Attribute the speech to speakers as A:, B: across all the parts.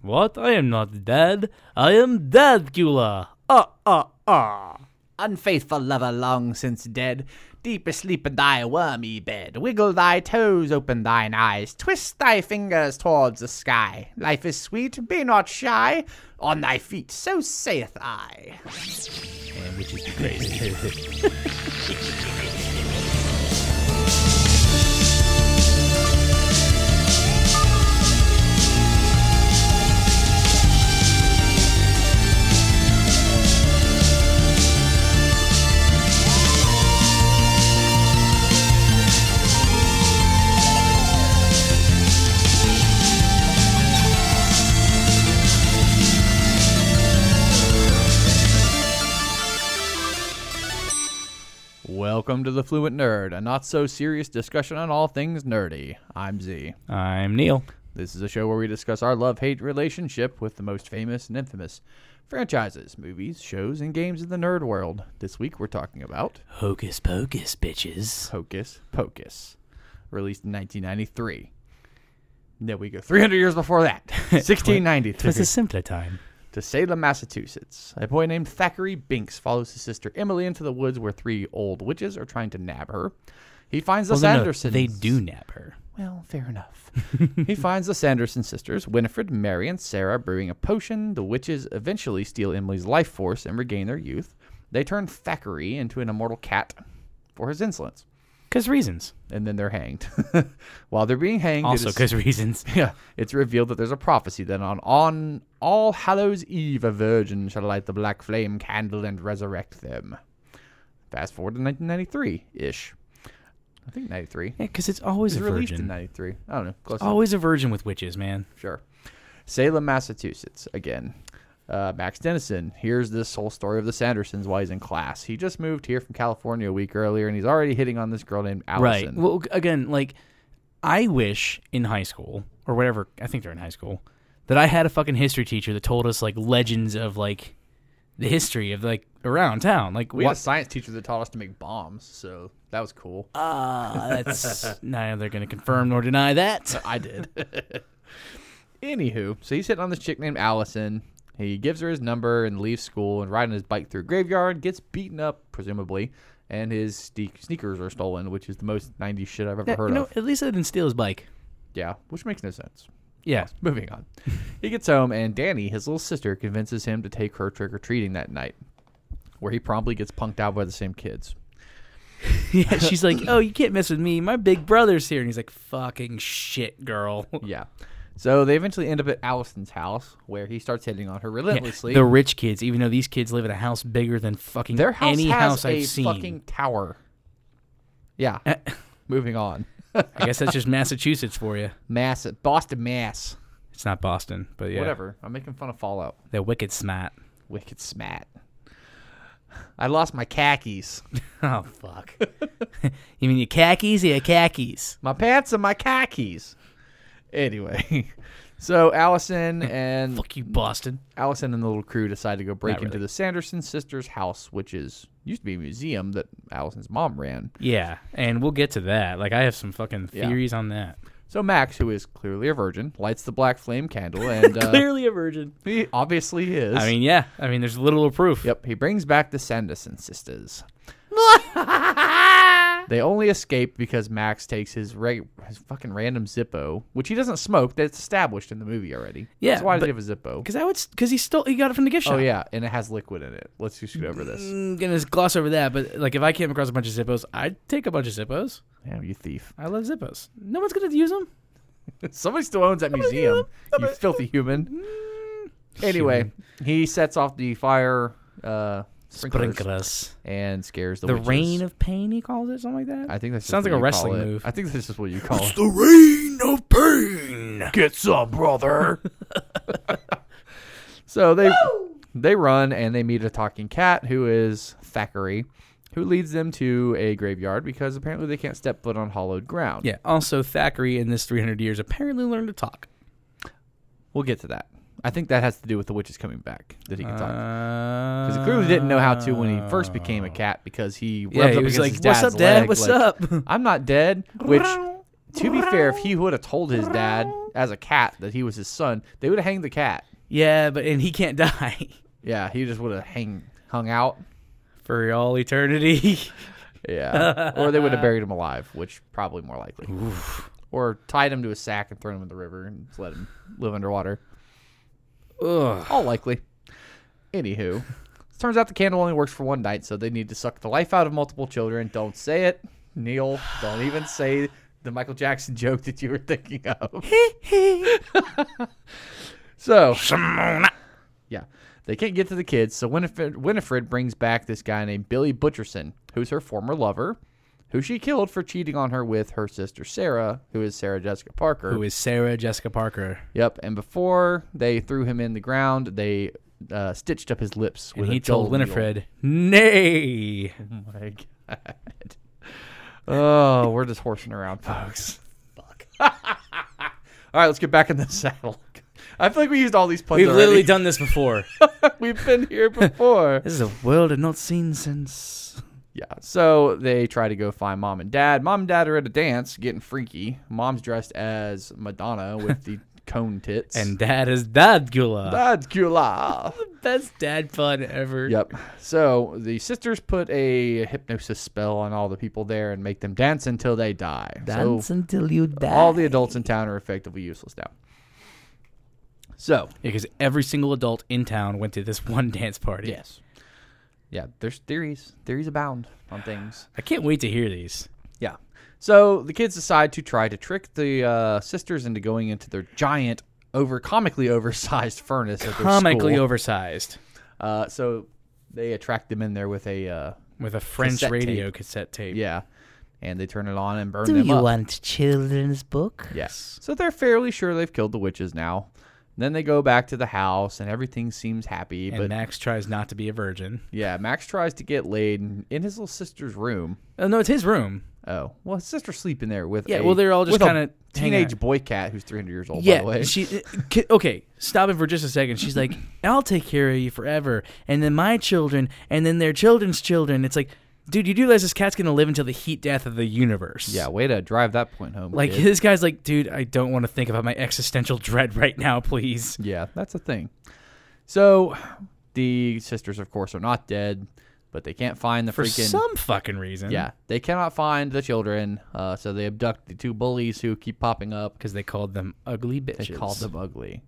A: What? I am not dead. I am dead, Gula. Ah, ah, ah.
B: Unfaithful lover long since dead, deep asleep in thy wormy bed, wiggle thy toes, open thine eyes, twist thy fingers towards the sky. Life is sweet, be not shy, on thy feet, so saith I.
A: Which is crazy.
B: Welcome to the Fluent Nerd, a not so serious discussion on all things nerdy. I'm Z.
A: I'm Neil.
B: This is a show where we discuss our love hate relationship with the most famous and infamous franchises, movies, shows, and games of the nerd world. This week we're talking about
A: Hocus pocus, bitches.
B: Hocus Pocus, released in 1993. Then we go 300 years before that, 1693,
A: Twas a simpler time.
B: to Salem, Massachusetts. A boy named Thackeray Binks follows his sister Emily into the woods where three old witches are trying to nab her. He finds the
A: Well, no, no,
B: Sanderson.
A: they do nab her.
B: Well, fair enough. he finds the Sanderson sisters, Winifred, Mary, and Sarah, brewing a potion. The witches eventually steal Emily's life force and regain their youth. They turn Thackeray into an immortal cat for his insolence,
A: Because reasons.
B: and then they're hanged. While they're being hanged, it
A: Also,
B: is-
A: because reasons.
B: yeah, it's revealed that there's a prophecy that on, on All Hallows Eve, a virgin shall light the black flame candle and resurrect them. Fast forward to 1993 ish. I think 93.
A: Yeah, because it's always
B: It was
A: a
B: released in
A: virgin. Oh.
B: 93. I don't know. Close enough.
A: Always a virgin with witches, man.
B: Sure. Salem, Massachusetts, again. Uh, Max Dennison. Here's this whole story of the Sandersons while he's in class. He just moved here from California a week earlier, and he's already hitting on this girl named Allison.
A: Right. Well, again, like I wish in high school or whatever, I think they're in high school, that I had a fucking history teacher that told us like legends of like the history of like around town. Like
B: we
A: what?
B: had a science teacher that taught us to make bombs, so that was cool.
A: Ah, that's neither going to confirm nor deny that.
B: I did. Anywho, so he's hitting on this chick named Allison. He gives her his number and leaves school and riding his bike through a graveyard, gets beaten up, presumably, and his sne- sneakers are stolen, which is the most 90s shit I've ever
A: Yeah,
B: heard
A: you know,
B: of.
A: at least I didn't steal his bike.
B: Yeah, which makes no sense.
A: Yeah.
B: Moving on. he gets home, and Danny, his little sister, convinces him to take her trick or treating that night, where he promptly gets punked out by the same kids.
A: yeah. She's like, "Oh, you can't mess with me. My big brother's here." And he's like, "Fucking shit, girl."
B: Yeah. So they eventually end up at Allison's house, where he starts hitting on her relentlessly.
A: The rich kids, even though these kids live in a house bigger than fucking
B: Their house
A: any
B: has
A: house
B: a
A: I've seen. Eh.
B: fucking tower. Yeah. Moving on.
A: I guess that's just Massachusetts for you.
B: Mass Boston, Mass.
A: It's not Boston, but yeah.
B: Whatever. I'm making fun of Fallout.
A: They're wicked smart.
B: Wicked smat. I lost my khakis.
A: Oh, fuck. you mean your khakis? Yeah, khakis.
B: My pants and my khakis. Anyway, so Allison and
A: Fuck you, Boston.
B: Allison and the little crew decide to go break
A: Not
B: into
A: really.
B: the Sanderson sisters' house, which is used to be a museum that Allison's mom ran.
A: Yeah, and we'll get to that. Like, I have some fucking
B: Yeah.
A: theories on that.
B: So Max, who is clearly a virgin, lights the black flame candle, and uh,
A: Clearly a virgin.
B: he obviously is.
A: I mean, yeah. I mean, there's little proof.
B: Yep, he brings back the Sanderson sisters. they only escape because Max takes his reg- his fucking random Zippo, which he doesn't smoke. That's established in the movie already.
A: Yeah,
B: so why does he
A: but-
B: have a Zippo?
A: Because I would, because he stole, he got it from the gift shop.
B: Oh yeah, and it has liquid in it. Let's just get over this.
A: I'm gonna just gloss over that, but like, if I came across a bunch of Zippos, I'd take a bunch of Zippos.
B: Damn, you thief!
A: I love Zippos. No one's gonna use them.
B: Somebody still owns that museum. You filthy human.
A: Mm.
B: Anyway, he sets off the fire uh, sprinklers
A: Sprinklers.
B: and scares the
A: The
B: witches.
A: rain of pain, he calls it, something like that.
B: I think that's just
A: sounds
B: what
A: like a
B: you call
A: wrestling
B: it.
A: move.
B: I think that's just what you call it.
A: the rain of pain.
B: Get some, brother. so they they run and they meet a talking cat who is Thackeray, who leads them to a graveyard because apparently they can't step foot on hollowed ground.
A: Yeah. Also, Thackeray in this 300 years apparently learned to talk.
B: We'll get to that. I think that has to do with the witches coming back that he can talk.
A: Because
B: Because he clearly didn't know how to when he first became a cat because he rubbed
A: Yeah,
B: up
A: he was
B: against
A: like,
B: his dad's
A: "What's up, Dad?
B: leg,
A: What's
B: like,
A: up?"
B: I'm not dead. Which To be fair, if he would have told his dad as a cat that he was his son, they would have hanged the cat.
A: Yeah, but and he can't die
B: Yeah, he just would have hang hung out.
A: for all eternity.
B: Yeah, or they would have buried him alive, which probably more likely. Or tied him to a sack and thrown him in the river and just let him live underwater.
A: Ugh.
B: All likely. Anywho, turns out the candle only works for one night, so they need to suck the life out of multiple children. Don't say it, Neil. Don't even say the Michael Jackson joke that you were thinking of. so, yeah, they can't get to the kids, so Winifred, Winifred brings back this guy named Billy Butcherson, who's her former lover, who she killed for cheating on her with her sister Sarah, who is Sarah Jessica Parker.
A: Who is Sarah Jessica Parker?
B: Yep. And before they threw him in the ground, they uh, stitched up his lips. With
A: And
B: a
A: he told
B: dull needle.
A: Winifred, "Nay,
B: Oh my god. Oh, we're just horsing around, folks. Fuck. all right, let's get back in the saddle. I feel like we used all these puns.
A: we've literally
B: already.
A: done this before.
B: We've been here before.
A: this is a world I've not seen since."
B: yeah. So they try to go find mom and dad. Mom and dad are at a dance, getting freaky. Mom's dressed as Madonna with the cone tits.
A: And dad is dad gula.
B: that's cute.
A: Best dad fun ever.
B: Yep. So the sisters put a hypnosis spell on all the people there and make them dance until they die.
A: Dance
B: so
A: until you die.
B: all the adults in town are effectively useless now. So
A: because every single adult in town went to this one dance party.
B: yes, yeah. There's theories. Theories abound on things.
A: I can't wait to hear these.
B: Yeah. So the kids decide to try to trick the uh, sisters into going into their giant, over comically oversized furnace. At their
A: Comically
B: school.
A: oversized
B: Uh, so they attract them in there with a uh,
A: with a French
B: Cassette
A: radio cassette tape.
B: yeah, and they turn it on and burn them up.
A: want children's book?
B: Yes. So they're fairly sure they've killed the witches now. Then they go back to the house and everything seems happy.
A: And
B: but
A: Max tries not to be a virgin.
B: yeah, Max tries to get laid in, in his little sister's room.
A: Oh, no, it's his room.
B: Oh, well, his sister's sleeping there with
A: Yeah,
B: a-
A: well, they're all just
B: with a
A: kinda hanging
B: teenage
A: out.
B: boy cat who's 300 years old. by the way.
A: She k- okay. Stopping for just a second. She's like, "I'll take care of you forever, and then my children, and then their children's children." It's like, dude, you do realize this cat's gonna live until the heat death of the universe.
B: yeah, way to drive that point home.
A: Like
B: kid.
A: this guy's like, dude, I don't want to think about my existential dread right now, please.
B: Yeah, that's a thing. So the sisters, of course, are not dead, but they can't find the
A: For
B: freaking
A: some fucking reason.
B: yeah. They cannot find the children, uh, so they abduct the two bullies who keep popping up.
A: Because they called them ugly
B: They
A: bitches.
B: called them ugly.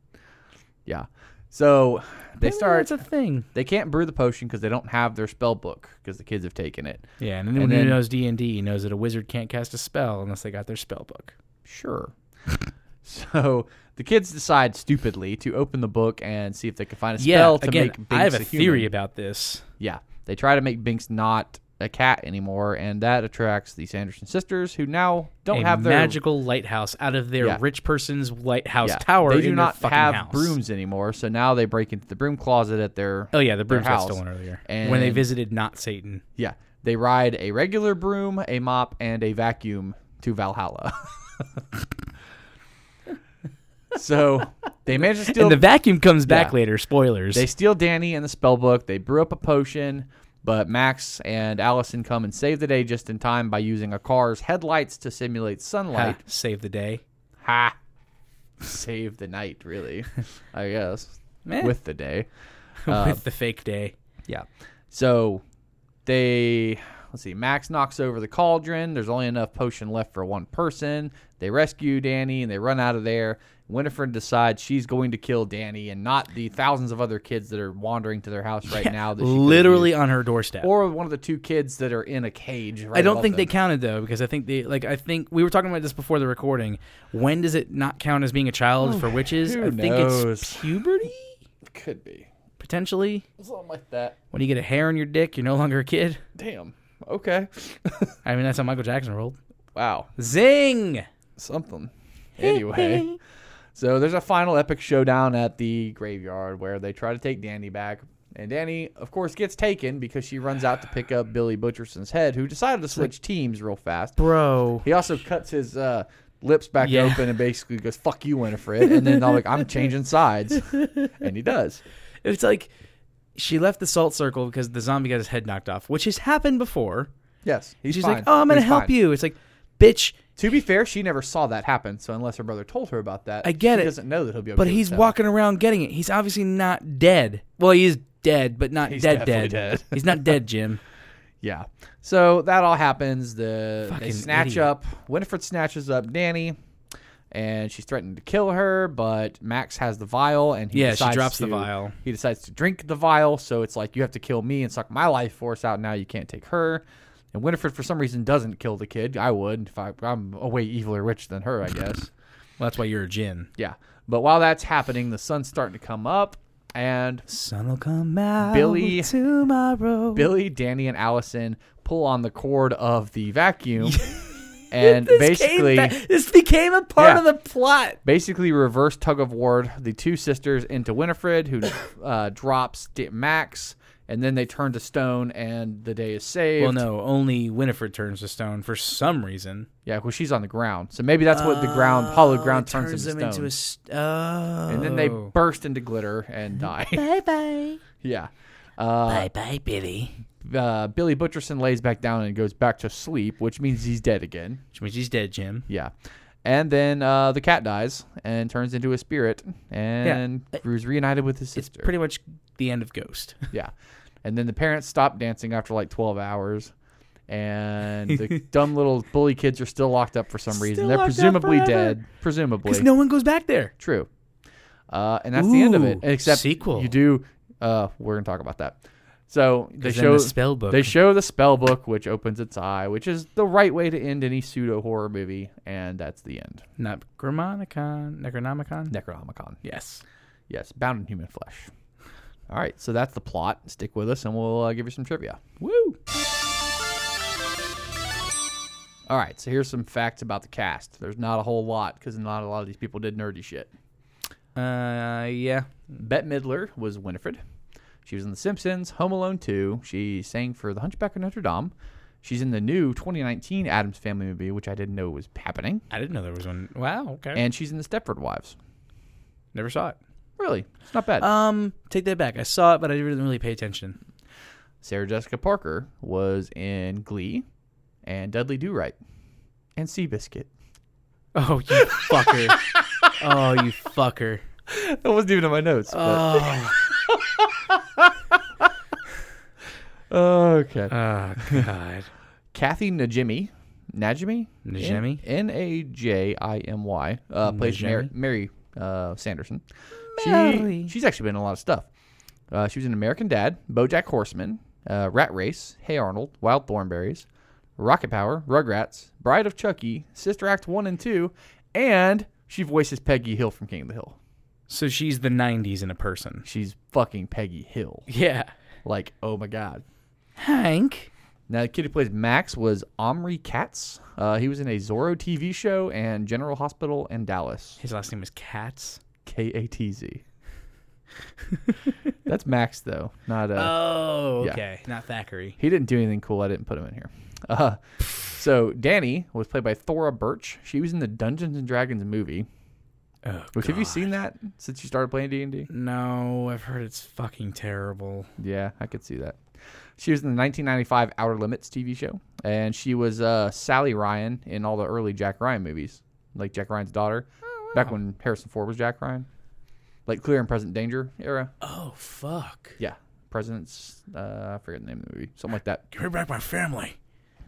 B: Yeah. So they start.
A: It's a thing.
B: They can't brew the potion because they don't have their spell book because the kids have taken it.
A: Yeah, and anyone
B: then-
A: who knows D and D knows that a wizard can't cast a spell unless they got their spell book.
B: Sure. so the kids decide stupidly to open the book and see if they can find a spell
A: yeah,
B: to
A: again,
B: make Binks
A: I have a,
B: human.
A: theory about this.
B: Yeah. They try to make Binks not a cat anymore, and that attracts the Sanderson sisters who now don't
A: a
B: have their
A: magical lighthouse out of their
B: Yeah.
A: rich person's lighthouse
B: yeah,
A: tower.
B: They
A: in
B: do
A: their
B: not
A: fucking
B: have
A: house.
B: brooms anymore, so now they break into the broom closet at their
A: Oh yeah, the
B: their
A: brooms got
B: house.
A: stolen earlier when they
B: And-
A: visited not Satan.
B: Yeah. They ride a regular broom, a mop, and a vacuum to Valhalla. so they manage to steal
A: and the vacuum comes back
B: Yeah.
A: later. Spoilers.
B: they steal Danny and the spellbook. They brew up a potion, but Max and Allison come and save the day just in time by using a car's headlights to simulate
A: Ha,
B: sunlight.
A: save the day.
B: Ha. Save the night, really. I guess.
A: Meh.
B: With the day. um,
A: with the fake day.
B: Yeah. So they let's see. Max knocks over the cauldron. There's only enough potion left for one person. They rescue Danny and they run out of there. Winifred decides she's going to kill Danny and not the thousands of other kids that are wandering to their house right now. That she could have
A: literally
B: used.
A: on her doorstep.
B: or one of the two kids that are in a cage. Right
A: I don't
B: above
A: think they
B: them.
A: counted though, because I think they like I think we were talking about this before the recording. When does it not count as being a child for witches?
B: Oh, who
A: I think
B: knows?
A: it's puberty
B: could be
A: potentially.
B: something like that.
A: When you get a hair on your dick, you're no longer a kid.
B: Damn. Okay.
A: I mean, that's how Michael Jackson rolled.
B: wow.
A: Zing!
B: something. Anyway, so there's a final epic showdown at the graveyard where they try to take Danny back. And Danny, of course, gets taken because she runs out to pick up Billy Butcherson's head, who decided to switch teams real fast.
A: Bro.
B: He also cuts his uh, lips back
A: Yeah.
B: open and basically goes, fuck you, Winifred. And then I'm like, I'm changing sides. And he does.
A: It's like she left the salt circle because the zombie got his head knocked off, which has happened before.
B: Yes. He's
A: She's
B: fine.
A: like, "Oh, I'm gonna
B: He's
A: help
B: fine.
A: you." It's like, "Bitch,
B: To be fair, she never saw that happen. So unless her brother told her about that,
A: I get
B: she
A: it.
B: Doesn't know that he'll be. Okay
A: But
B: with
A: he's
B: that.
A: walking around getting it. He's obviously not dead. Well, he is dead, but not
B: He's
A: dead
B: definitely
A: dead.
B: dead.
A: he's not dead, Jim.
B: Yeah. So that all happens. The they
A: Fucking
B: snatch
A: idiot.
B: up. Winifred snatches up Danny, and she's threatening to kill her. But Max has the vial, and he
A: Yeah, she
B: decides
A: drops the
B: to-
A: vial.
B: He decides to drink the vial. So it's like you have to kill me and suck my life force out. Now you can't take her. And Winifred, for some reason, doesn't kill the kid. I would if I, I'm a way eviler witch than her, I guess.
A: Well, that's why you're a Jin.
B: yeah. But while that's happening, the sun's starting to come up, and
A: Sun will come out
B: Billy-
A: tomorrow.
B: Billy, Danny, and Allison pull on the cord of the vacuum, and basically,
A: this became a part
B: Yeah.
A: of the plot.
B: basically reverse tug of war the two sisters into Winifred, who uh, drops D- Max, and then they turn to stone, and the day is saved.
A: Well, no, only Winifred turns to stone for some reason.
B: yeah, well, she's on the ground, so maybe that's what the ground,
A: Oh,
B: hollow ground, turns, into stone,
A: st- oh.
B: and then they burst into glitter and die.
A: bye bye
B: yeah. Uh,
A: bye bye Billy,
B: uh, Billy Butcherson lays back down and goes back to sleep, which means he's dead again.
A: which means he's dead, Jim.
B: Yeah. And then uh, the cat dies and turns into a spirit and
A: Yeah.
B: was reunited with his
A: It's
B: sister.
A: pretty much the end of Ghost.
B: yeah. And then the parents stop dancing after like 12 hours. And the dumb little bully kids are still locked up for some reason.
A: Still
B: They're
A: locked up
B: presumably
A: forever.
B: dead. Presumably.
A: Because no one goes back there.
B: True. Uh, and that's the end of it.
A: Ooh,
B: Except
A: sequel.
B: you do. Uh, we're gonna talk about that. So they
A: 'Cause then
B: show
A: the spell book-
B: They show the spell book, which opens its eye, which is the right way to end any pseudo horror movie, and that's the end.
A: Not Necronomicon. Necronomicon.
B: Necronomicon.
A: yes.
B: Yes, bound in human flesh. All right, so that's the plot. Stick with us, and we'll uh, give you some trivia.
A: Woo.
B: All right, so here's some facts about the cast. There's not a whole lot because not a lot of these people did nerdy shit.
A: Uh, yeah.
B: Bette Midler was Winifred. She was in The Simpsons, Home Alone 2. She sang for The Hunchback of Notre Dame. She's in the new 2019 Adams Family movie, which I didn't know was happening.
A: I didn't know there was one. Wow. Okay.
B: And she's in The Stepford Wives.
A: Never saw it.
B: Really, it's not bad.
A: Um, take that back. I saw it, but I didn't really pay attention.
B: Sarah Jessica Parker was in Glee and Dudley Do Right and Seabiscuit.
A: Oh, you fucker. oh, you fucker.
B: That wasn't even in my notes. but-
A: Oh.
B: okay.
A: oh God.
B: Kathy Najimy. Najimy?
A: Najimy?
B: N A J I M Y. Uh, plays Mary,
A: Najimy?
B: Mary uh, Sanderson.
A: Mary.
B: She, she's actually been in a lot of stuff. Uh, she was in American Dad, Bojack Horseman, uh, Rat Race, Hey Arnold, Wild Thornberries, Rocket Power, Rugrats, Bride of Chucky, Sister Act 1 and 2, and she voices Peggy Hill from King of the Hill.
A: So she's the '90s in a person.
B: She's fucking Peggy Hill.
A: Yeah.
B: Like, oh my God.
A: Hank.
B: Now, the kid who plays Max was Omri Katz. Uh, he was in a Zorro TV show and General Hospital in Dallas.
A: His last name is Katz.
B: K A T Z. That's Max, though. Not uh,
A: Oh,
B: yeah.
A: okay. Not Thackeray.
B: he didn't do anything cool. I didn't put him in here. Uh, so Danny was played by Thora Birch. She was in the Dungeons and Dragons movie.
A: Oh,
B: Which have you
A: God.
B: seen that since you started playing D and D?
A: No, I've heard it's fucking terrible.
B: Yeah, I could see that. She was in the 1995 Outer Limits TV show, and she was uh, Sally Ryan in all the early Jack Ryan movies, like Jack Ryan's daughter, back when Harrison Ford was Jack Ryan, like Clear and Present Danger era.
A: Oh fuck.
B: Yeah, President's uh, I forget the name of the movie, something like that.
A: Give me back my family.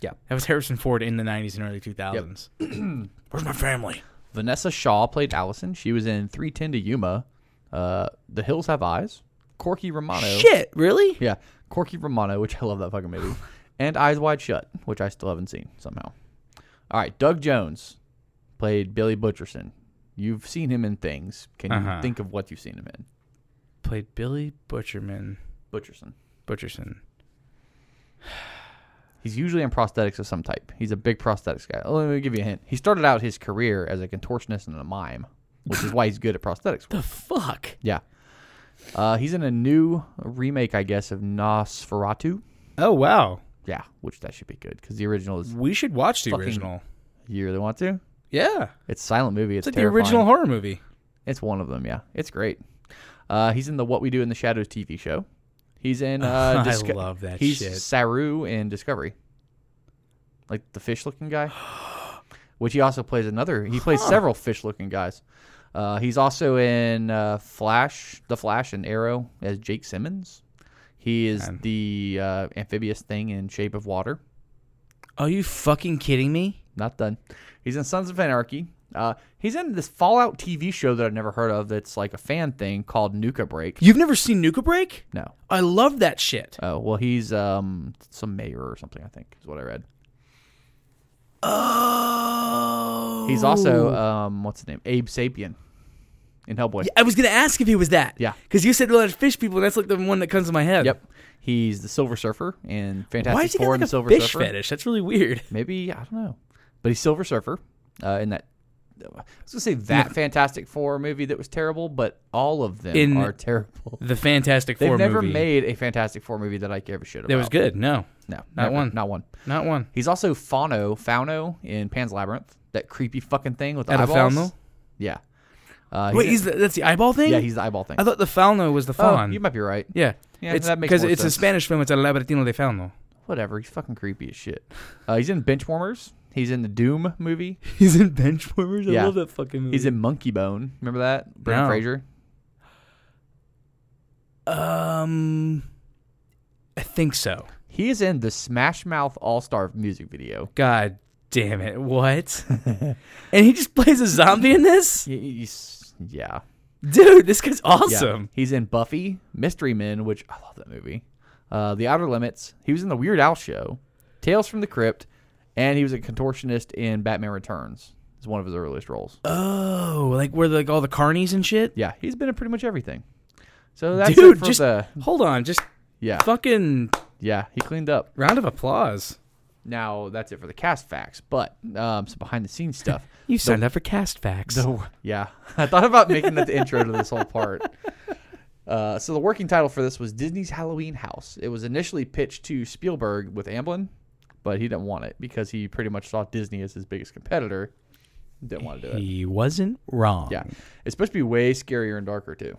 B: Yeah.
A: That was Harrison Ford in the 90s and early 2000s. Where's my family?
B: Vanessa Shaw played Allison. She was in 310 to Yuma, uh, The Hills Have Eyes, Corky Romano.
A: Shit, really?
B: Yeah, Corky Romano, which I love that fucking movie, and Eyes Wide Shut, which I still haven't seen somehow. All right, Doug Jones played Billy Butcherson. You've seen him in things. Can you
A: Uh-huh.
B: think of what you've seen him in?
A: Played Billy Butcherman.
B: Butcherson.
A: Butcherson.
B: He's usually in prosthetics of some type. He's a big prosthetics guy. Oh, Let me give you a hint. He started out his career as a contortionist and a mime, which is why he's good at prosthetics.
A: The fuck?
B: Yeah. Uh, he's in a new remake, I guess, of Nosferatu.
A: Oh, wow.
B: Yeah, which that should be good because the original is
A: We should watch the
B: Fucking-
A: original.
B: you really want to.
A: Yeah.
B: It's a silent movie. It's,
A: It's like
B: terrifying.
A: the original horror movie.
B: It's one of them. Yeah, it's great. Uh, he's in the What We Do in the Shadows TV show. He's in. Uh,
A: I
B: Disco-
A: love that
B: he's
A: shit.
B: Saru in Discovery, like the fish-looking guy. which he also plays another. He plays several fish-looking guys. Uh, he's also in uh, Flash, The Flash, and Arrow as Jake Simmons. He is the uh, amphibious thing in Shape of Water.
A: Are you fucking kidding me?
B: Not done. He's in Sons of Anarchy. Uh, he's in this Fallout TV show that I've never heard of. That's like a fan thing called Nuka Break.
A: You've never seen Nuka Break?
B: No.
A: I love that shit.
B: Oh well, he's um some mayor or something. I think is what I read.
A: Oh.
B: He's also um what's his name? Abe Sapien in Hellboy.
A: I was gonna ask if he was that.
B: Yeah.
A: Because you said a lot of fish people. That's like the one that comes to my head.
B: Yep. He's the Silver Surfer in
A: Why is
B: Fantastic
A: he got
B: Four
A: like
B: and the
A: a
B: Silver
A: fish
B: Surfer.
A: fetish? That's really weird.
B: Maybe I don't know, but he's Silver Surfer uh, in that. I was gonna say
A: Hmm.
B: that Fantastic Four movie that was terrible, but all of them
A: In-
B: are terrible.
A: The Fantastic
B: They've
A: Four
B: never
A: movie.
B: made a Fantastic Four movie that I gave a shit about.
A: That was good. No,
B: No,
A: Not
B: never.
A: one.
B: Not one.
A: not one.
B: He's also Fauno, Fauno in Pan's Labyrinth, that creepy fucking thing with the
A: Out of
B: eyeballs.
A: Falno?
B: Yeah. Uh,
A: Wait,
B: in-
A: he's the, that's the eyeball thing.
B: yeah, he's the eyeball thing.
A: I thought the Falno was the
B: oh,
A: fawn.
B: you might be right.
A: yeah,
B: Yeah, that makes
A: because
B: more
A: it's
B: sense.
A: a Spanish film. It's El Laberinto de Falno.
B: Whatever. He's fucking creepy as shit. Uh, he's in Benchwarmers. He's in the Doom movie.
A: He's in Benchwarmers.
B: I Yeah. love
A: that fucking movie.
B: He's in Monkey Bone. Remember that? Brendan
A: No.
B: Fraser.
A: um, I think so.
B: He is in the Smash Mouth All Star music video.
A: God damn it! What? and he just plays a zombie in this,
B: He- he's- yeah.
A: dude. This guy's
B: Yeah.
A: awesome.
B: He's in Buffy, Mystery Men, which I love that movie. Uh, the Outer Limits. He was in the Weird Al show, Tales from the Crypt, and he was a contortionist in Batman Returns. It's one of his earliest roles.
A: Oh, like where like all the carnies and shit.
B: Yeah, he's been in pretty much everything. So that's
A: dude,
B: it for
A: just
B: the
A: hold on. Just
B: yeah
A: fucking
B: yeah he cleaned up.
A: round of applause.
B: Now that's it for the cast facts, but um, some behind the scenes stuff.
A: You signed up for Cast Facts.
B: The, yeah, I thought about making that the intro to this whole part. Uh, so the working title for this was Disney's Halloween House. It was initially pitched to Spielberg with Amblin, but he didn't want it because he pretty much saw Disney as his biggest competitor. Didn't want to do it.
A: he wasn't wrong.
B: Yeah, it's supposed to be way scarier and darker too.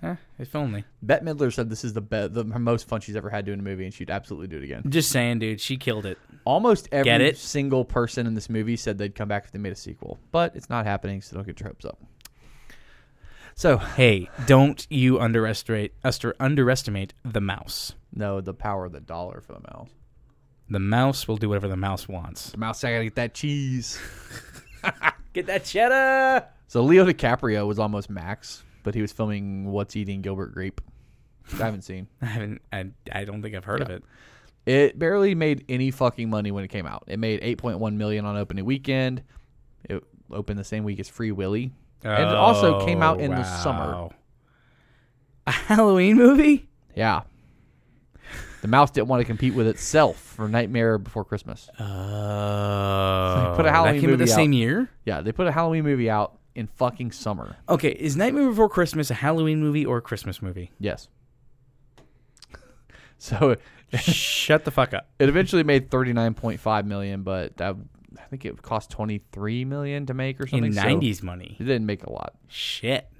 A: Huh, if only.
B: Bette Midler said this is the be- the her most fun she's ever had doing a movie, and she'd absolutely do it again.
A: Just saying, dude. She killed it.
B: Almost
A: Get
B: every
A: it?
B: single person in this movie said they'd come back if they made a sequel, but it's not happening, so don't get your hopes up. So
A: Hey, don't you underestimate uster- underestimate the mouse.
B: No, the power of the dollar for the mouse.
A: The mouse will do whatever the mouse wants.
B: The mouse I gotta get that cheese.
A: Get that cheddar.
B: So Leo DiCaprio was almost Max, but he was filming What's Eating Gilbert Grape. which I haven't seen.
A: I haven't. I, I don't think I've heard of it.
B: It barely made any fucking money when it came out. It made 8.1 million on opening weekend. It opened the same week as Free Willy, and it also came out
A: Oh,
B: in the summer.
A: wow. A Halloween movie.
B: Yeah. The mouse didn't want to compete with itself for Nightmare Before Christmas.
A: Oh,
B: put a Halloween
A: that came out
B: movie
A: the
B: out.
A: same year.
B: Yeah, they put a Halloween movie out in fucking summer.
A: Okay, is Nightmare Before Christmas a Halloween movie or a Christmas movie?
B: Yes. So
A: Shut the fuck up.
B: It eventually made thirty nine point five million, but that, I think it cost twenty three million to make or something.
A: In
B: so
A: nineties money.
B: it didn't make a lot.
A: Shit.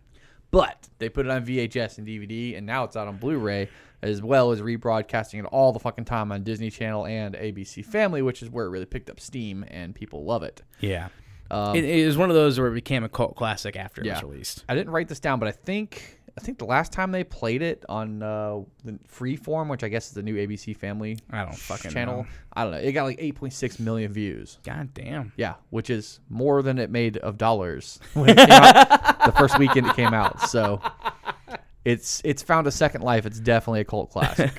B: But they put it on VHS and DVD, and now it's out on Blu Ray, as well as rebroadcasting it all the fucking time on Disney Channel and ABC Family, which is where it really picked up steam, and people love it.
A: Yeah. it, it was one of those where it became a cult classic after it
B: Yeah.
A: was released.
B: I didn't write this down, but I think I think the last time they played it on uh, the Freeform, which I guess is the new ABC Family
A: I don't fucking
B: channel,
A: know.
B: I don't know. It got like eight point six million views.
A: God damn.
B: Yeah, which is more than it made of dollars when it came out the first weekend it came out. So it's it's found a second life. It's definitely a cult classic.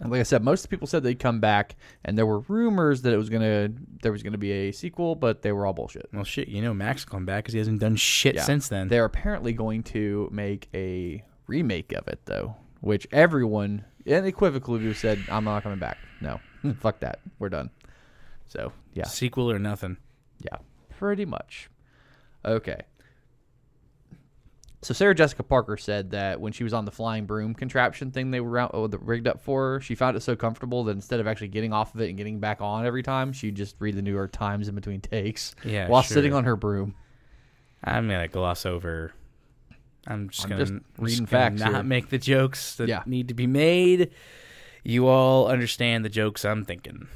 B: And like I said, most people said they'd come back, and there were rumors that it was gonna there was gonna be a sequel, but they were all bullshit.
A: Well, shit. You know Max come back because he hasn't done shit
B: Yeah.
A: since then.
B: They're apparently going to make a remake of it though, which everyone unequivocally said, "I'm not coming back. No, fuck that. We're done." So yeah,
A: Sequel or nothing.
B: Yeah, pretty much. Okay. So Sarah Jessica Parker said that when she was on the flying broom contraption thing they were out, oh, that rigged up for her, she found it so comfortable that instead of actually getting off of it and getting back on every time, she'd just read the New York Times in between takes
A: Yeah,
B: while
A: sure.
B: sitting on her broom.
A: I'm gonna gloss over. I'm just
B: I'm
A: gonna
B: just
A: I'm
B: reading
A: just gonna
B: facts
A: Not
B: here.
A: make the jokes that
B: Yeah.
A: need to be made. You all understand the jokes I'm thinking.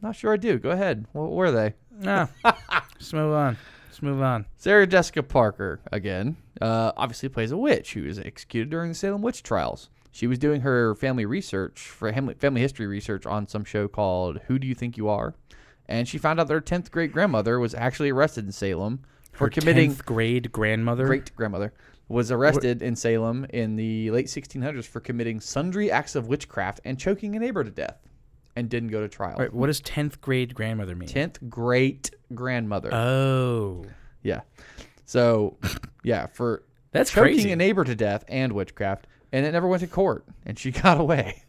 B: Not sure I do. Go ahead. What were they?
A: Nah. Just move on. Just move on.
B: Sarah Jessica Parker again, uh, obviously plays a witch who was executed during the Salem witch trials. She was doing her family research for ham- family history research on some show called "Who Do You Think You Are," and she found out their tenth great grandmother was actually arrested in Salem for
A: Her
B: committing
A: 10th grade grandmother.
B: great grandmother was arrested in Salem in the late 1600s for committing sundry acts of witchcraft and choking a neighbor to death, and didn't go to trial.
A: All right, what does 10th grade grandmother mean?
B: Tenth great grandmother.
A: Oh.
B: Yeah. So, yeah, for
A: That's
B: choking
A: crazy.
B: a neighbor to death and witchcraft, and it never went to court, and she got away.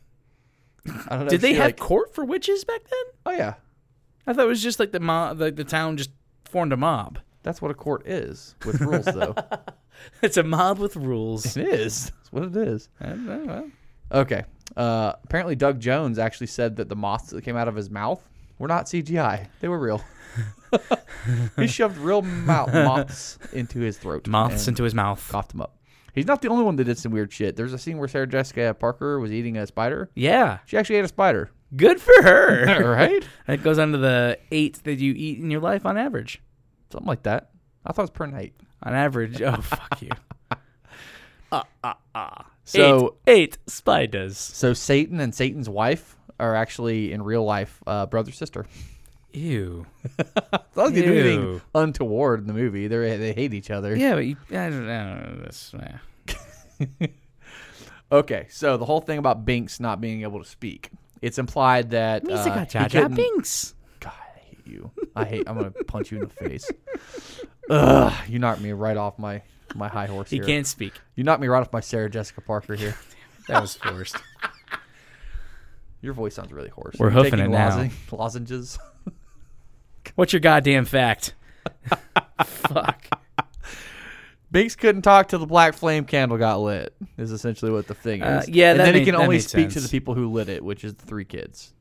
B: I don't know.
A: Did
B: if
A: they
B: she,
A: have
B: like-
A: court for witches back then?
B: oh yeah,
A: I thought it was just like the mob, like the town just formed a mob.
B: that's what a court is with rules, though.
A: It's a mob with rules.
B: it is. That's what it is.
A: I don't know, well,
B: Okay. Uh, apparently, Doug Jones actually said that the moths that came out of his mouth were not CGI; they were real. he shoved real mouth, moths into his throat.
A: Moths
B: and
A: into his mouth.
B: coughed him up. He's not the only one that did some weird shit. There's a scene where Sarah Jessica Parker was eating a spider.
A: Yeah.
B: She actually ate a spider.
A: Good for her.
B: right?
A: that goes under the eight that you eat in your life on average.
B: Something like that. I thought it was per night.
A: On average. Oh, fuck you.
B: So
A: eight, eight spiders.
B: so Satan and Satan's wife are actually in real life uh, brother sister.
A: Ew.
B: As long as they do anything
A: Ew.
B: untoward in the movie, they they hate each other.
A: Yeah, but you, I don't, I don't know this. eh.
B: Okay, so the whole thing about Binks not being able to speak. It's implied that uh,
A: Music got
B: he
A: Jar Jar
B: couldn't-
A: Binks.
B: God, I hate you. I hate. I'm gonna punch you in the face. Ugh, you knocked me right off my my high horse.
A: He
B: here.
A: can't speak.
B: You knocked me right off my Sarah Jessica Parker here.
A: That was forced.
B: Your voice sounds really hoarse.
A: We're
B: You
A: hoofing
B: taking
A: it now.
B: lozen- Lozenges.
A: What's your goddamn fact? Fuck.
B: Binks couldn't talk till the black flame candle got lit. Is essentially what the thing
A: Uh,
B: is.
A: yeah,
B: and
A: that
B: then he
A: made-
B: can
A: that
B: only
A: made
B: speak to
A: sense.
B: the people who lit it, which is the three kids.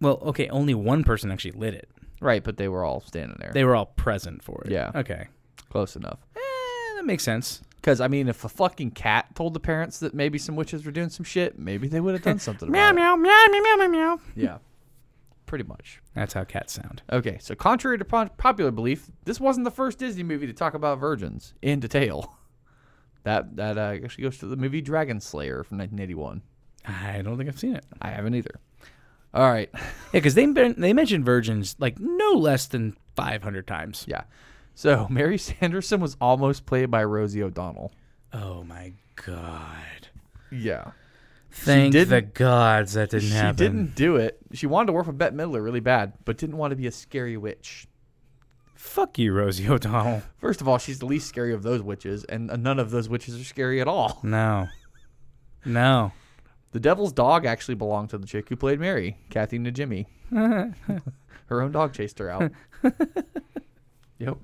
A: Well, okay, only one person actually lit it.
B: Right, but they were all standing there.
A: They were all present for it.
B: Yeah.
A: Okay.
B: Close enough.
A: Eh, that makes sense.
B: Because I mean, if a fucking cat told the parents that maybe some witches were doing some shit, maybe they would have done something
A: Meow
B: about it.
A: meow meow meow meow meow meow.
B: Yeah, pretty much.
A: That's how cats sound.
B: Okay, so contrary to po- popular belief, this wasn't the first Disney movie to talk about virgins in detail. That that uh, actually goes to the movie Dragon Slayer from 1981.
A: I don't think I've seen it.
B: I haven't either. All right,
A: Yeah, because they men- they mentioned virgins like no less than five hundred times.
B: yeah. So Mary Sanderson was almost played by Rosie O'Donnell.
A: Oh my god!
B: Yeah.
A: Thank
B: didn't-
A: the gods that didn't
B: She
A: happen.
B: didn't do it. She wanted to work with Bette Midler really bad, but didn't want to be a scary witch.
A: Fuck you, Rosie O'Donnell.
B: First of all, she's the least scary of those witches, and none of those witches are scary at all.
A: No, no.
B: The devil's dog actually belonged to the chick who played Mary, Kathy Najimy. her own dog chased her out. yep.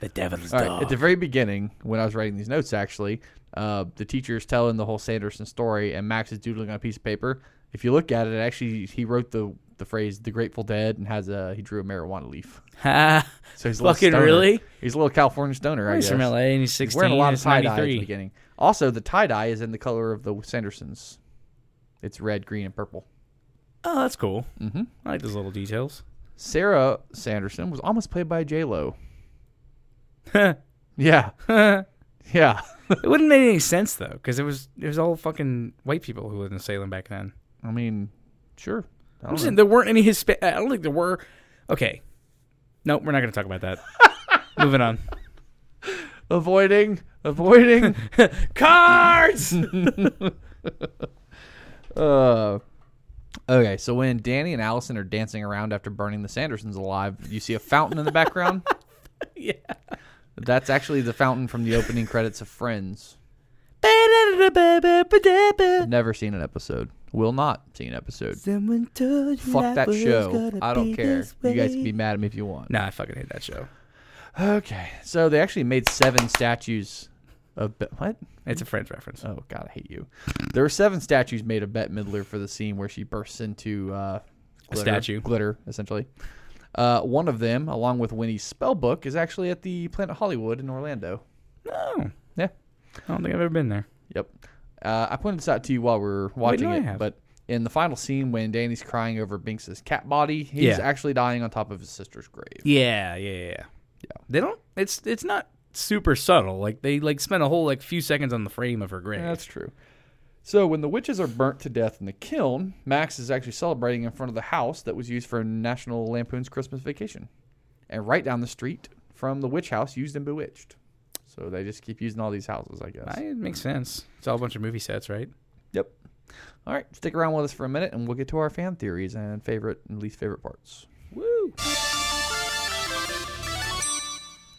A: The devil's
B: All right. At the very beginning, when I was writing these notes, actually, uh, the teacher's telling the whole Sanderson story, and Max is doodling on a piece of paper. If you look at it, actually, he wrote the the phrase "the Grateful Dead" and has a he drew a marijuana leaf.
A: ha!
B: So he's a little
A: Fucking
B: stoner.
A: really?
B: He's a little California stoner, I
A: He's
B: guess.
A: from LA and he's
B: He's
A: sixteen.
B: wearing a lot
A: and
B: of
A: he's
B: tie dye at the
A: 93.
B: beginning. Also, the tie dye is in the color of the Sandersons. It's red, green, and purple.
A: Oh, that's cool. Mm-hmm. I like those little details.
B: Sarah Sanderson was almost played by J Lo. Yeah,
A: it
B: yeah.
A: wouldn't make any sense though, because it was it was all fucking white people who lived in Salem back then.
B: I mean, sure. I
A: I'm
B: don't
A: saying
B: know.
A: there weren't any Hispanic. I don't think there were. Okay. Nope, we're not going to talk about that. Moving on.
B: Avoiding, avoiding.
A: Cards.
B: uh, okay, so when Danny and Allison are dancing around after burning the Sandersons alive, you see a fountain in the background.
A: yeah.
B: That's actually the fountain from the opening credits of Friends. Never seen an episode. Will not see an episode.
A: Someone told you
B: Fuck that show. I don't care. You guys can be mad at me if you want.
A: Nah, I fucking hate that show.
B: Okay. So they actually made seven statues of Be- what?
A: It's a Friends reference.
B: Oh God, I hate you. There were seven statues made of Bette Midler for the scene where she bursts into uh, glitter,
A: statue.
B: glitter, essentially. Uh, one of them, along with Winnie's spell book, is actually at the Planet Hollywood in Orlando.
A: No.
B: Yeah.
A: I don't think I've ever been there.
B: Yep. Uh, I pointed this out to you while we were watching
A: no, I
B: it,
A: have.
B: but in the final scene when Danny's crying over Binks's cat body, he's
A: Yeah.
B: actually dying on top of his sister's grave.
A: Yeah, yeah, yeah. yeah. They don't. It's it's not super subtle. Like they like spend a whole like few seconds on the frame of her grave.
B: That's true. So when the witches are burnt to death in the kiln, Max is actually celebrating in front of the house that was used for National Lampoon's Christmas Vacation, and right down the street from the witch house used in Bewitched. So they just keep using all these houses, I guess.
A: I, it makes sense. It's all a bunch of movie sets, right?
B: Yep. All right, stick around with us for a minute, and we'll get to our fan theories and favorite and least favorite parts.
A: Woo!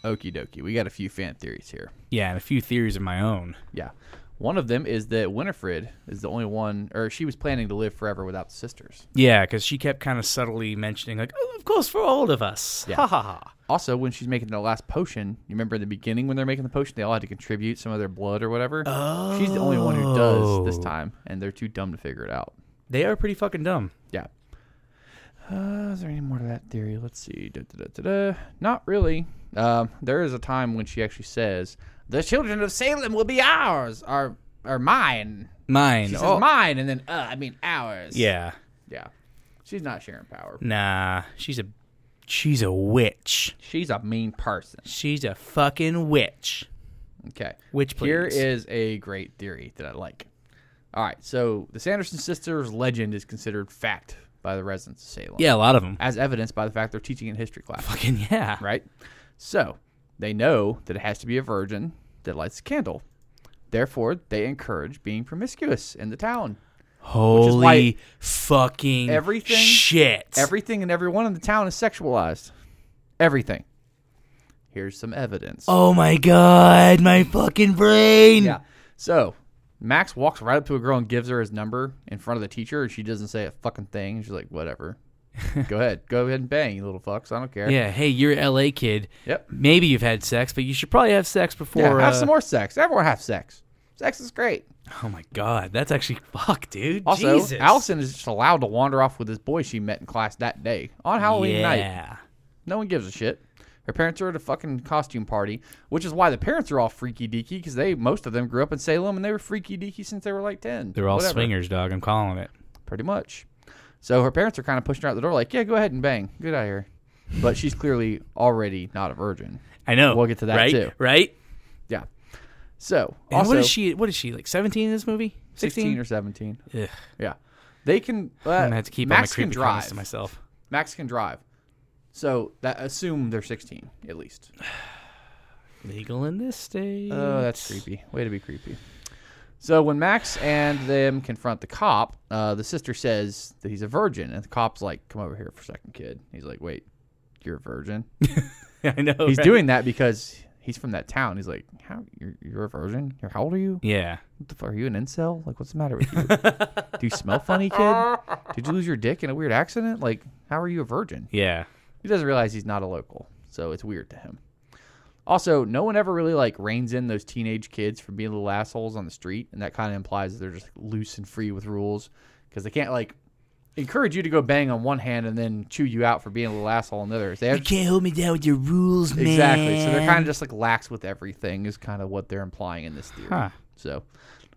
B: Okie dokie, we got a few fan theories here.
A: Yeah, and a few theories of my own.
B: Yeah. One of them is that Winifred is the only one, or she was planning to live forever without the sisters.
A: Yeah, because she kept kind of subtly mentioning, like, "Oh, of course, for all of us."
B: Yeah.
A: Ha ha ha.
B: Also, when she's making the last potion, you remember in the beginning when they're making the potion, they all had to contribute some of their blood or whatever.
A: Oh.
B: She's the only one who does this time, and they're too dumb to figure it out.
A: They are pretty fucking dumb.
B: Yeah. Uh, is there any more to that theory? Let's see. Da, da, da, da, da. Not really. Um, there is a time when she actually says, "The children of Salem will be ours, or or mine."
A: Mine.
B: She says
A: oh.
B: "mine," and then "uh," I mean "ours."
A: Yeah.
B: yeah. She's not sharing power.
A: Nah. She's a. She's a witch.
B: She's a mean person.
A: She's a fucking witch.
B: Okay.
A: Which please.
B: Here is a great theory that I like. All right, so the Sanderson sisters' legend is considered fact by the residents of Salem.
A: Yeah, a lot of them.
B: As evidenced by the fact they're teaching in history class.
A: Fucking yeah.
B: right? So they know that it has to be a virgin that lights a candle. Therefore, they encourage being promiscuous in the town. is why
A: Holy fucking
B: everything-
A: shit.
B: Everything and everyone in the town is sexualized. Everything. Here's some evidence.
A: oh my god, my fucking brain.
B: Yeah. So Max walks right up to a girl and gives her his number in front of the teacher, and she doesn't say a fucking thing. She's like, whatever. go ahead. Go ahead and bang, you little fucks. I don't care.
A: Yeah, hey, you're a LA kid.
B: Yep.
A: Maybe you've had sex, but you should probably have sex before.
B: Yeah, have
A: uh,
B: some more sex. Everyone have sex. Sex is great.
A: Oh my god, that's actually fuck, dude.
B: Also,
A: Jesus.
B: Allison is just allowed to wander off with this boy she met in class that day on Halloween night.
A: yeah.
B: No one gives a shit. Her parents are at a fucking costume party, which is why the parents are all freaky deaky because they most of them grew up in Salem and they were freaky deaky since they were like ten.
A: They're all
B: Whatever.
A: swingers, dog. I'm calling it.
B: pretty much. So her parents are kind of pushing her out the door, like, "Yeah, go ahead and bang, get out of here." But she's clearly already not a virgin.
A: I know.
B: We'll get to that,
A: right?
B: too.
A: Right?
B: Yeah. So
A: And
B: also,
A: what is she what is she like 17 in this movie?
B: 16 or 17.
A: Ugh,
B: Yeah. They can. Uh,
A: I'm going to have to keep
B: Max
A: all my
B: can
A: creepy
B: drive.
A: comments to myself.
B: Max can drive. So that assume they're 16 at least.
A: Legal in this state.
B: Oh, that's creepy. Way to be creepy. So when Max and them confront the cop, uh, the sister says that he's a virgin, and the cop's like, "Come over here for a second, kid." He's like, "Wait, you're a virgin?"
A: I know.
B: He's
A: right?
B: doing that because he's from that town. He's like, "How you're, you're a virgin? You're how old are you?
A: Yeah.
B: What the fuck, are you an incel? Like, what's the matter with you? Do you smell funny, kid? Did you lose your dick in a weird accident? Like, how are you a virgin?"
A: Yeah.
B: He doesn't realize he's not a local, so it's weird to him. Also, no one ever really like reins in those teenage kids from being little assholes on the street, and that kind of implies that they're just loose and free with rules because they can't like encourage you to go bang on one hand and then chew you out for being a little asshole on the other. They have
A: can't hold me down with your rules, man.
B: Exactly. So they're kind of just like lax with everything is kind of what they're implying in this theory.
A: Huh.
B: So,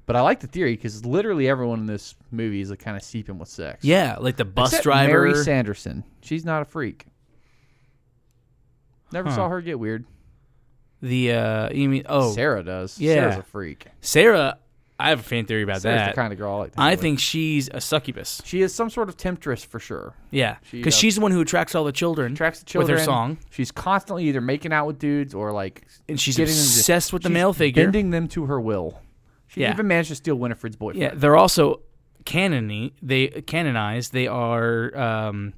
B: but I like the theory because literally everyone in this movie is like kind of seeping with sex.
A: yeah, like the bus
B: Except
A: driver.
B: Mary Sanderson. She's not a freak. Never
A: Huh.
B: saw her get weird.
A: the uh, you mean oh Sarah.
B: Sarah does.
A: Yeah.
B: Sarah's a freak.
A: I have a fan theory about
B: Sarah's
A: that.
B: the kind of girl I like. To
A: I
B: hang with.
A: think she's a succubus.
B: she is some sort of temptress for sure.
A: Yeah,
B: She,
A: because
B: uh,
A: she's the one who attracts all the children.
B: Tracks the children
A: with her song,
B: She's constantly either making out with dudes or like
A: and she's
B: Getting them to-
A: obsessed with the
B: she's
A: male figure.
B: bending them to her will. She
A: Yeah.
B: even managed to steal Winifred's boyfriend.
A: Yeah, they're also canony. They canonized. They are um,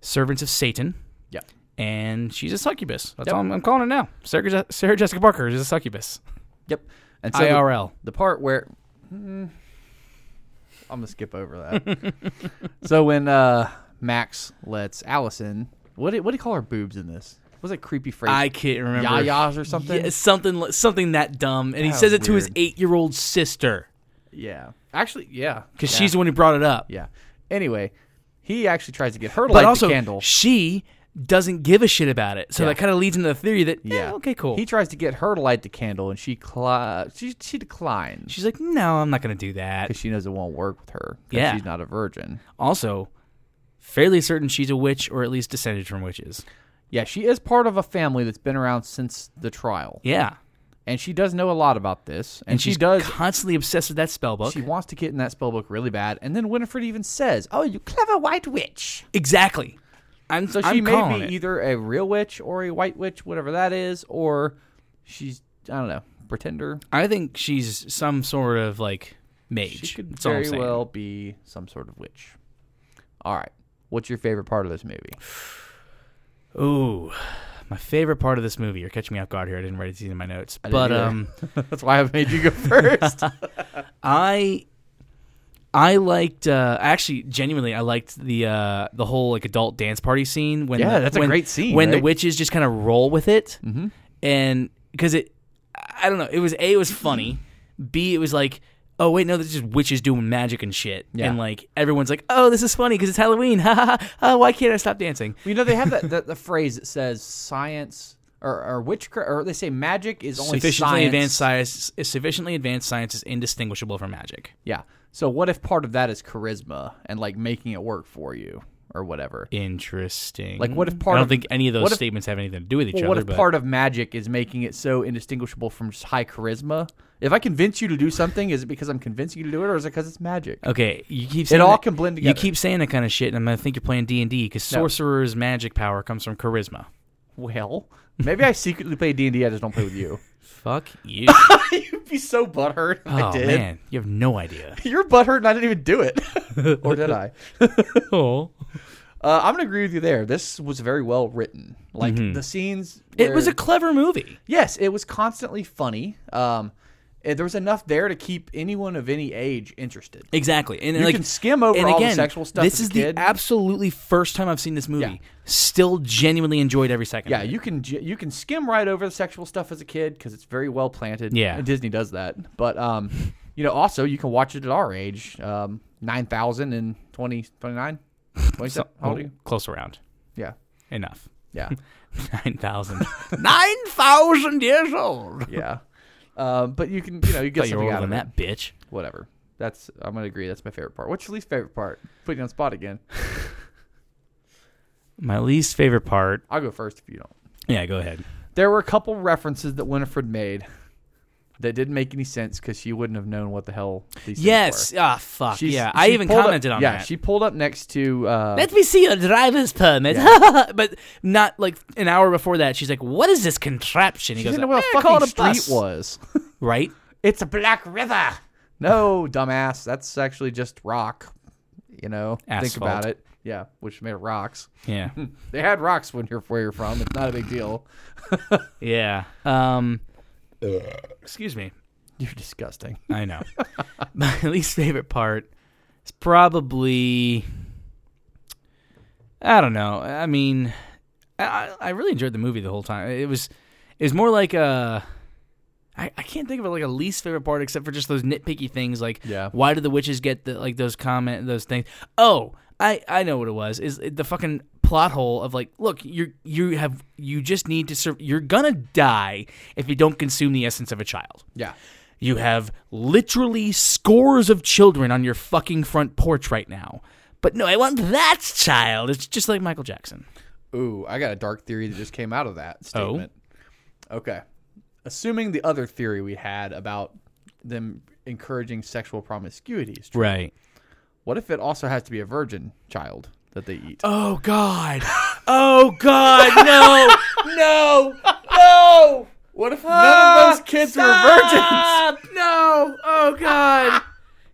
A: servants of Satan,
B: Yeah.
A: and she's a succubus. That's
B: Yep.
A: all I'm, I'm calling it now. Sarah, Je- Sarah Jessica Parker is a succubus.
B: Yep. And so the,
A: IRL.
B: the part where Mm. I'm gonna skip over that. so when uh, Max lets Allison, what do, what do you call her boobs in this? What was that creepy phrase?
A: I can't remember.
B: Yayas or something?
A: Yeah, something li- something that dumb, and he
B: That
A: says it
B: was
A: to his
B: weird.
A: eight-year-old sister
B: yeah. Actually, yeah.
A: because
B: Yeah.
A: she's the one who brought it up.
B: yeah. Anyway, he actually tries to get her to
A: But
B: light
A: also,
B: the candle.
A: she doesn't give a shit about it. So
B: Yeah.
A: that kind of leads into the theory that yeah,
B: Yeah.
A: okay, cool.
B: He tries to get her to light the candle, and she cli- she she declines
A: She's like, no, I'm not gonna do that.
B: because she knows it won't work with her. 'cause
A: Yeah.
B: she's not a virgin.
A: Also, fairly certain she's a witch or at least descended from witches.
B: Yeah, she is part of a family that's been around since the trial,
A: Yeah,
B: and she does know a lot about this, and,
A: and
B: she
A: she's
B: does.
A: constantly obsessed with that spell book.
B: She wants to get in that spell book really bad, and then Winifred even says, "Oh, you clever white witch."
A: exactly. I'm
B: So she
A: I'm
B: may
A: calling
B: be
A: it.
B: either a real witch or a white witch, whatever that is, or she's I don't know, pretender.
A: I think she's some sort of like mage.
B: She could
A: That's all I'm
B: very
A: saying.
B: well be some sort of witch. All right. What's your favorite part of this movie?
A: Ooh, my favorite part of this movie. You're catching me off guard here. I didn't write it in my notes,
B: didn't
A: but
B: either.
A: um,
B: That's why I made you go first.
A: I I liked uh, actually genuinely I liked the uh, the whole like adult dance party scene when
B: Yeah,
A: the-
B: that's a
A: when-
B: great scene,
A: when the
B: right? Mm-hmm.
A: witches just kind of roll with it and because it I don't know it was a it was funny b it was like oh wait no this is just witches doing magic and shit
B: Yeah.
A: and like everyone's like oh this is funny because it's Halloween ha ha ha oh, why can't I stop dancing
B: you know, they have that the, the phrase that says science or, or witchcraft, or they say magic is only
A: sufficiently
B: science.
A: advanced science sufficiently advanced science is indistinguishable from magic
B: Yeah. So what if part of that is charisma and like making it work for you or whatever?
A: interesting
B: Like, what if
A: I
B: part
A: don't
B: of-
A: think any of those
B: what if-
A: statements have anything to do with each
B: Well,
A: other
B: what if
A: but-
B: part of magic is making it so indistinguishable from just high charisma? If I convince you to do something, is it because I'm convincing you to do it, or is it because it's magic?
A: Okay, you keep saying
B: all
A: that-
B: can blend
A: You
B: together.
A: keep saying that kind of shit, and I'm gonna think you're playing D and D because
B: No.
A: sorcerer's magic power comes from charisma.
B: Well, maybe I secretly play D and I just don't play with you.
A: Fuck you!
B: You'd be so butthurt. if I
A: oh
B: did.
A: man, you have no idea.
B: You're butthurt, and I didn't even do it, or did I?
A: oh,
B: Uh, I'm gonna agree with you there. This was very well written. Like the scenes.
A: it was
B: where-
A: a clever movie.
B: Yes, it was constantly funny. Um, and there was enough there to keep anyone of any age interested.
A: Exactly, and
B: You
A: like
B: can skim over
A: and
B: all the
A: again,
B: sexual stuff
A: This
B: as a
A: is
B: kid.
A: the absolutely first time I've seen this movie.
B: Yeah.
A: Still, genuinely enjoyed every second.
B: Yeah,
A: of it.
B: you can j- you can skim right over the sexual stuff as a kid because it's very well planted.
A: Yeah.
B: and Disney does that. But um, you know, also you can watch it at our age, um, nine thousand and twenty twenty nine.
A: So- oh,
B: How old are you?
A: close around.
B: Yeah,
A: Enough.
B: yeah,
A: Nine thousand. Nine thousand years old.
B: yeah. Um, but you can you know you get
A: Thought you were
B: something
A: older
B: out
A: than
B: of it.
A: that, bitch.
B: Whatever. That's I'm gonna agree. That's my favorite part. What's your least favorite part? Putting you on the spot again.
A: My least favorite part.
B: I'll go first if you don't.
A: Yeah, go ahead.
B: There were a couple references that Winifred made that didn't make any sense because she wouldn't have known what the hell these things
A: Yes. Ah, fuck.
B: She's-
A: yeah, I
B: she
A: even
B: pulled up-
A: commented on
B: yeah,
A: that.
B: she pulled up next to. Uh,
A: Let me see your driver's permit. but not like an hour before that, she's like, "What is this contraption?" He
B: she
A: goes,
B: didn't know what
A: "Eh,
B: a
A: call
B: fucking
A: it a
B: street
A: bus."
B: was.
A: Right?
B: it's a black river. No, dumbass. That's actually just rock. You know, think
A: Asphalt.
B: about it. Yeah, which made of rocks.
A: Yeah,
B: They had rocks when you're where you're from. It's not a big deal.
A: yeah. Um, excuse me.
B: You're disgusting.
A: I know. My least favorite part is probably. I don't know. I mean, I, I really enjoyed the movie the whole time. It was, it was more like a. I, I can't think of it like a least favorite part except for just those nitpicky things like
B: Yeah.
A: why did the witches get the like those comment those things oh I I know what it was is the fucking plot hole of like look you you have you just need to serve you're gonna die if you don't consume the essence of a child
B: Yeah,
A: you have literally scores of children on your fucking front porch right now. But no, I want that child. It's just like Michael Jackson.
B: Ooh, I got a dark theory that just came out of
A: Oh.
B: that statement. Okay. Assuming the other theory we had about them encouraging sexual promiscuity is true,
A: Right.
B: what if it also has to be a virgin child that they eat?
A: Oh God. Oh God. No. no. No.
B: What if
A: ah,
B: none of those kids were virgins?
A: No. Oh God.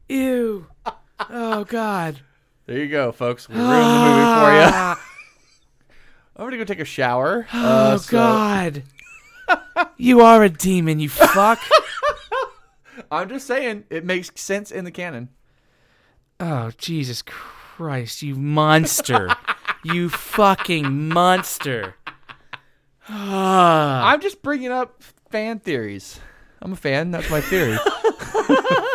A: Ew. Oh God.
B: There you go, folks. We ruined the movie for you. I'm gonna go take a shower. Uh,
A: Ah. oh
B: so
A: God. you are a demon. You fuck.
B: I'm just saying it makes sense in the canon.
A: Oh, Jesus Christ, you monster. you fucking monster. Ah.
B: I'm just bringing up fan theories. I'm a fan. That's my theory.
A: Ah.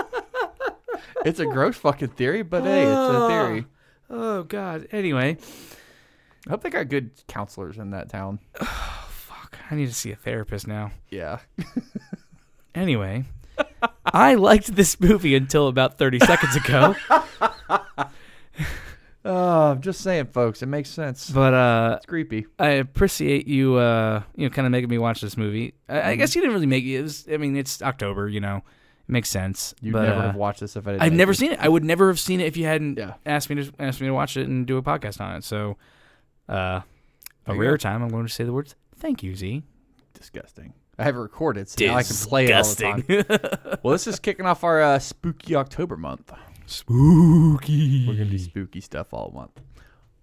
B: it's a gross fucking theory, but hey, it's a theory.
A: oh, God. Anyway.
B: I hope they got good counselors in that town.
A: Fuck, I need to see a therapist now.
B: Yeah.
A: Anyway, I liked this movie until about 30 seconds ago,
B: Oh, I'm just saying, folks. It makes sense.
A: but uh,
B: It's creepy.
A: I appreciate you, uh, you know, kind of making me watch this movie. I, I
B: Mm-hmm.
A: guess you didn't really make it. Was, I mean, it's October, you know, it makes sense.
B: You
A: but,
B: never
A: uh,
B: have watched this if I didn't.
A: I've
B: make
A: never
B: you.
A: seen it. I would never have seen it if you hadn't
B: Yeah.
A: asked me to asked me to watch it and do a podcast on it. So, uh, a
B: There you
A: rare
B: go.
A: time, I'm going to say the words "Thank you, Z."
B: Disgusting. I have it recorded, so now I can play it all the time.
A: Disgusting.
B: Well, this is kicking off our uh, spooky October month.
A: Spooky.
B: We're gonna do spooky stuff all month.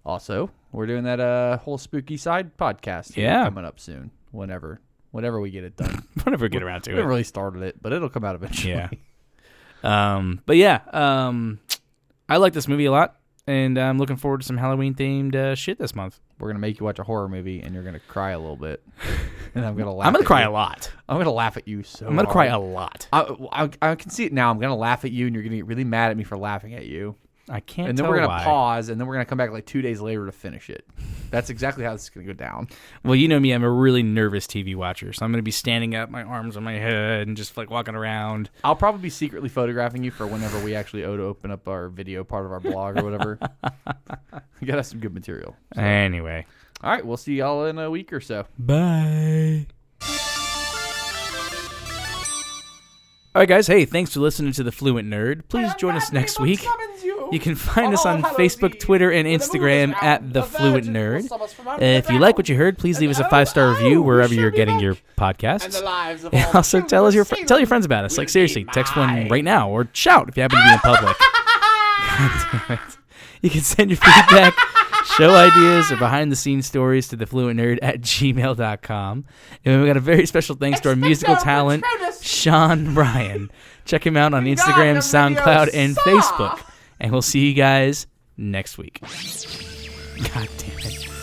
B: Also, we're doing that uh, whole spooky side podcast. here
A: Yeah.
B: coming up soon. Whenever, whenever we get it done.
A: whenever we get around
B: we
A: to it.
B: haven't really started it, but it'll come out eventually.
A: Yeah. Um, but yeah, um, I like this movie a lot, and I'm looking forward to some Halloween themed uh, shit this month.
B: We're gonna make you watch a horror movie, and you're gonna cry a little bit, and I'm gonna laugh.
A: I'm gonna
B: at
A: cry
B: you.
A: a lot.
B: I'm gonna laugh at you so.
A: I'm gonna cry
B: hard.
A: a lot.
B: I, I, I can see it now. I'm gonna laugh at you, and you're gonna get really mad at me for laughing at you.
A: I can't.
B: And then
A: tell
B: we're gonna
A: why.
B: pause, and then we're gonna come back like two days later to finish it. That's exactly how this is gonna go down.
A: Well, you know me. I'm a really nervous TV watcher, so I'm gonna be standing up, my arms on my head, and just like walking around.
B: I'll probably be secretly photographing you for whenever we actually owe to open up our video part of our blog or whatever. we gotta have some good material.
A: Anyway,
B: All right, we'll see y'all in a week or so.
A: bye. All right, guys. Hey, thanks for listening to the Fluent Nerd. Please join us next week. You can find us on Facebook, Twitter, and Instagram at The Fluent Nerd. Uh, If you like what you heard, please leave us a five star review wherever you're getting your podcasts. And also tell us your fr- tell your friends about us. Like seriously, text one right now or shout if you happen to be in public. God damn it. You can send your feedback, show ideas, or behind the scenes stories to thefluentnerd at gmail.com. And we've got a very special thanks to our musical talent, Sean Bryan. Check him out on Instagram, SoundCloud, and Facebook. And we'll see you guys next week. God damn it.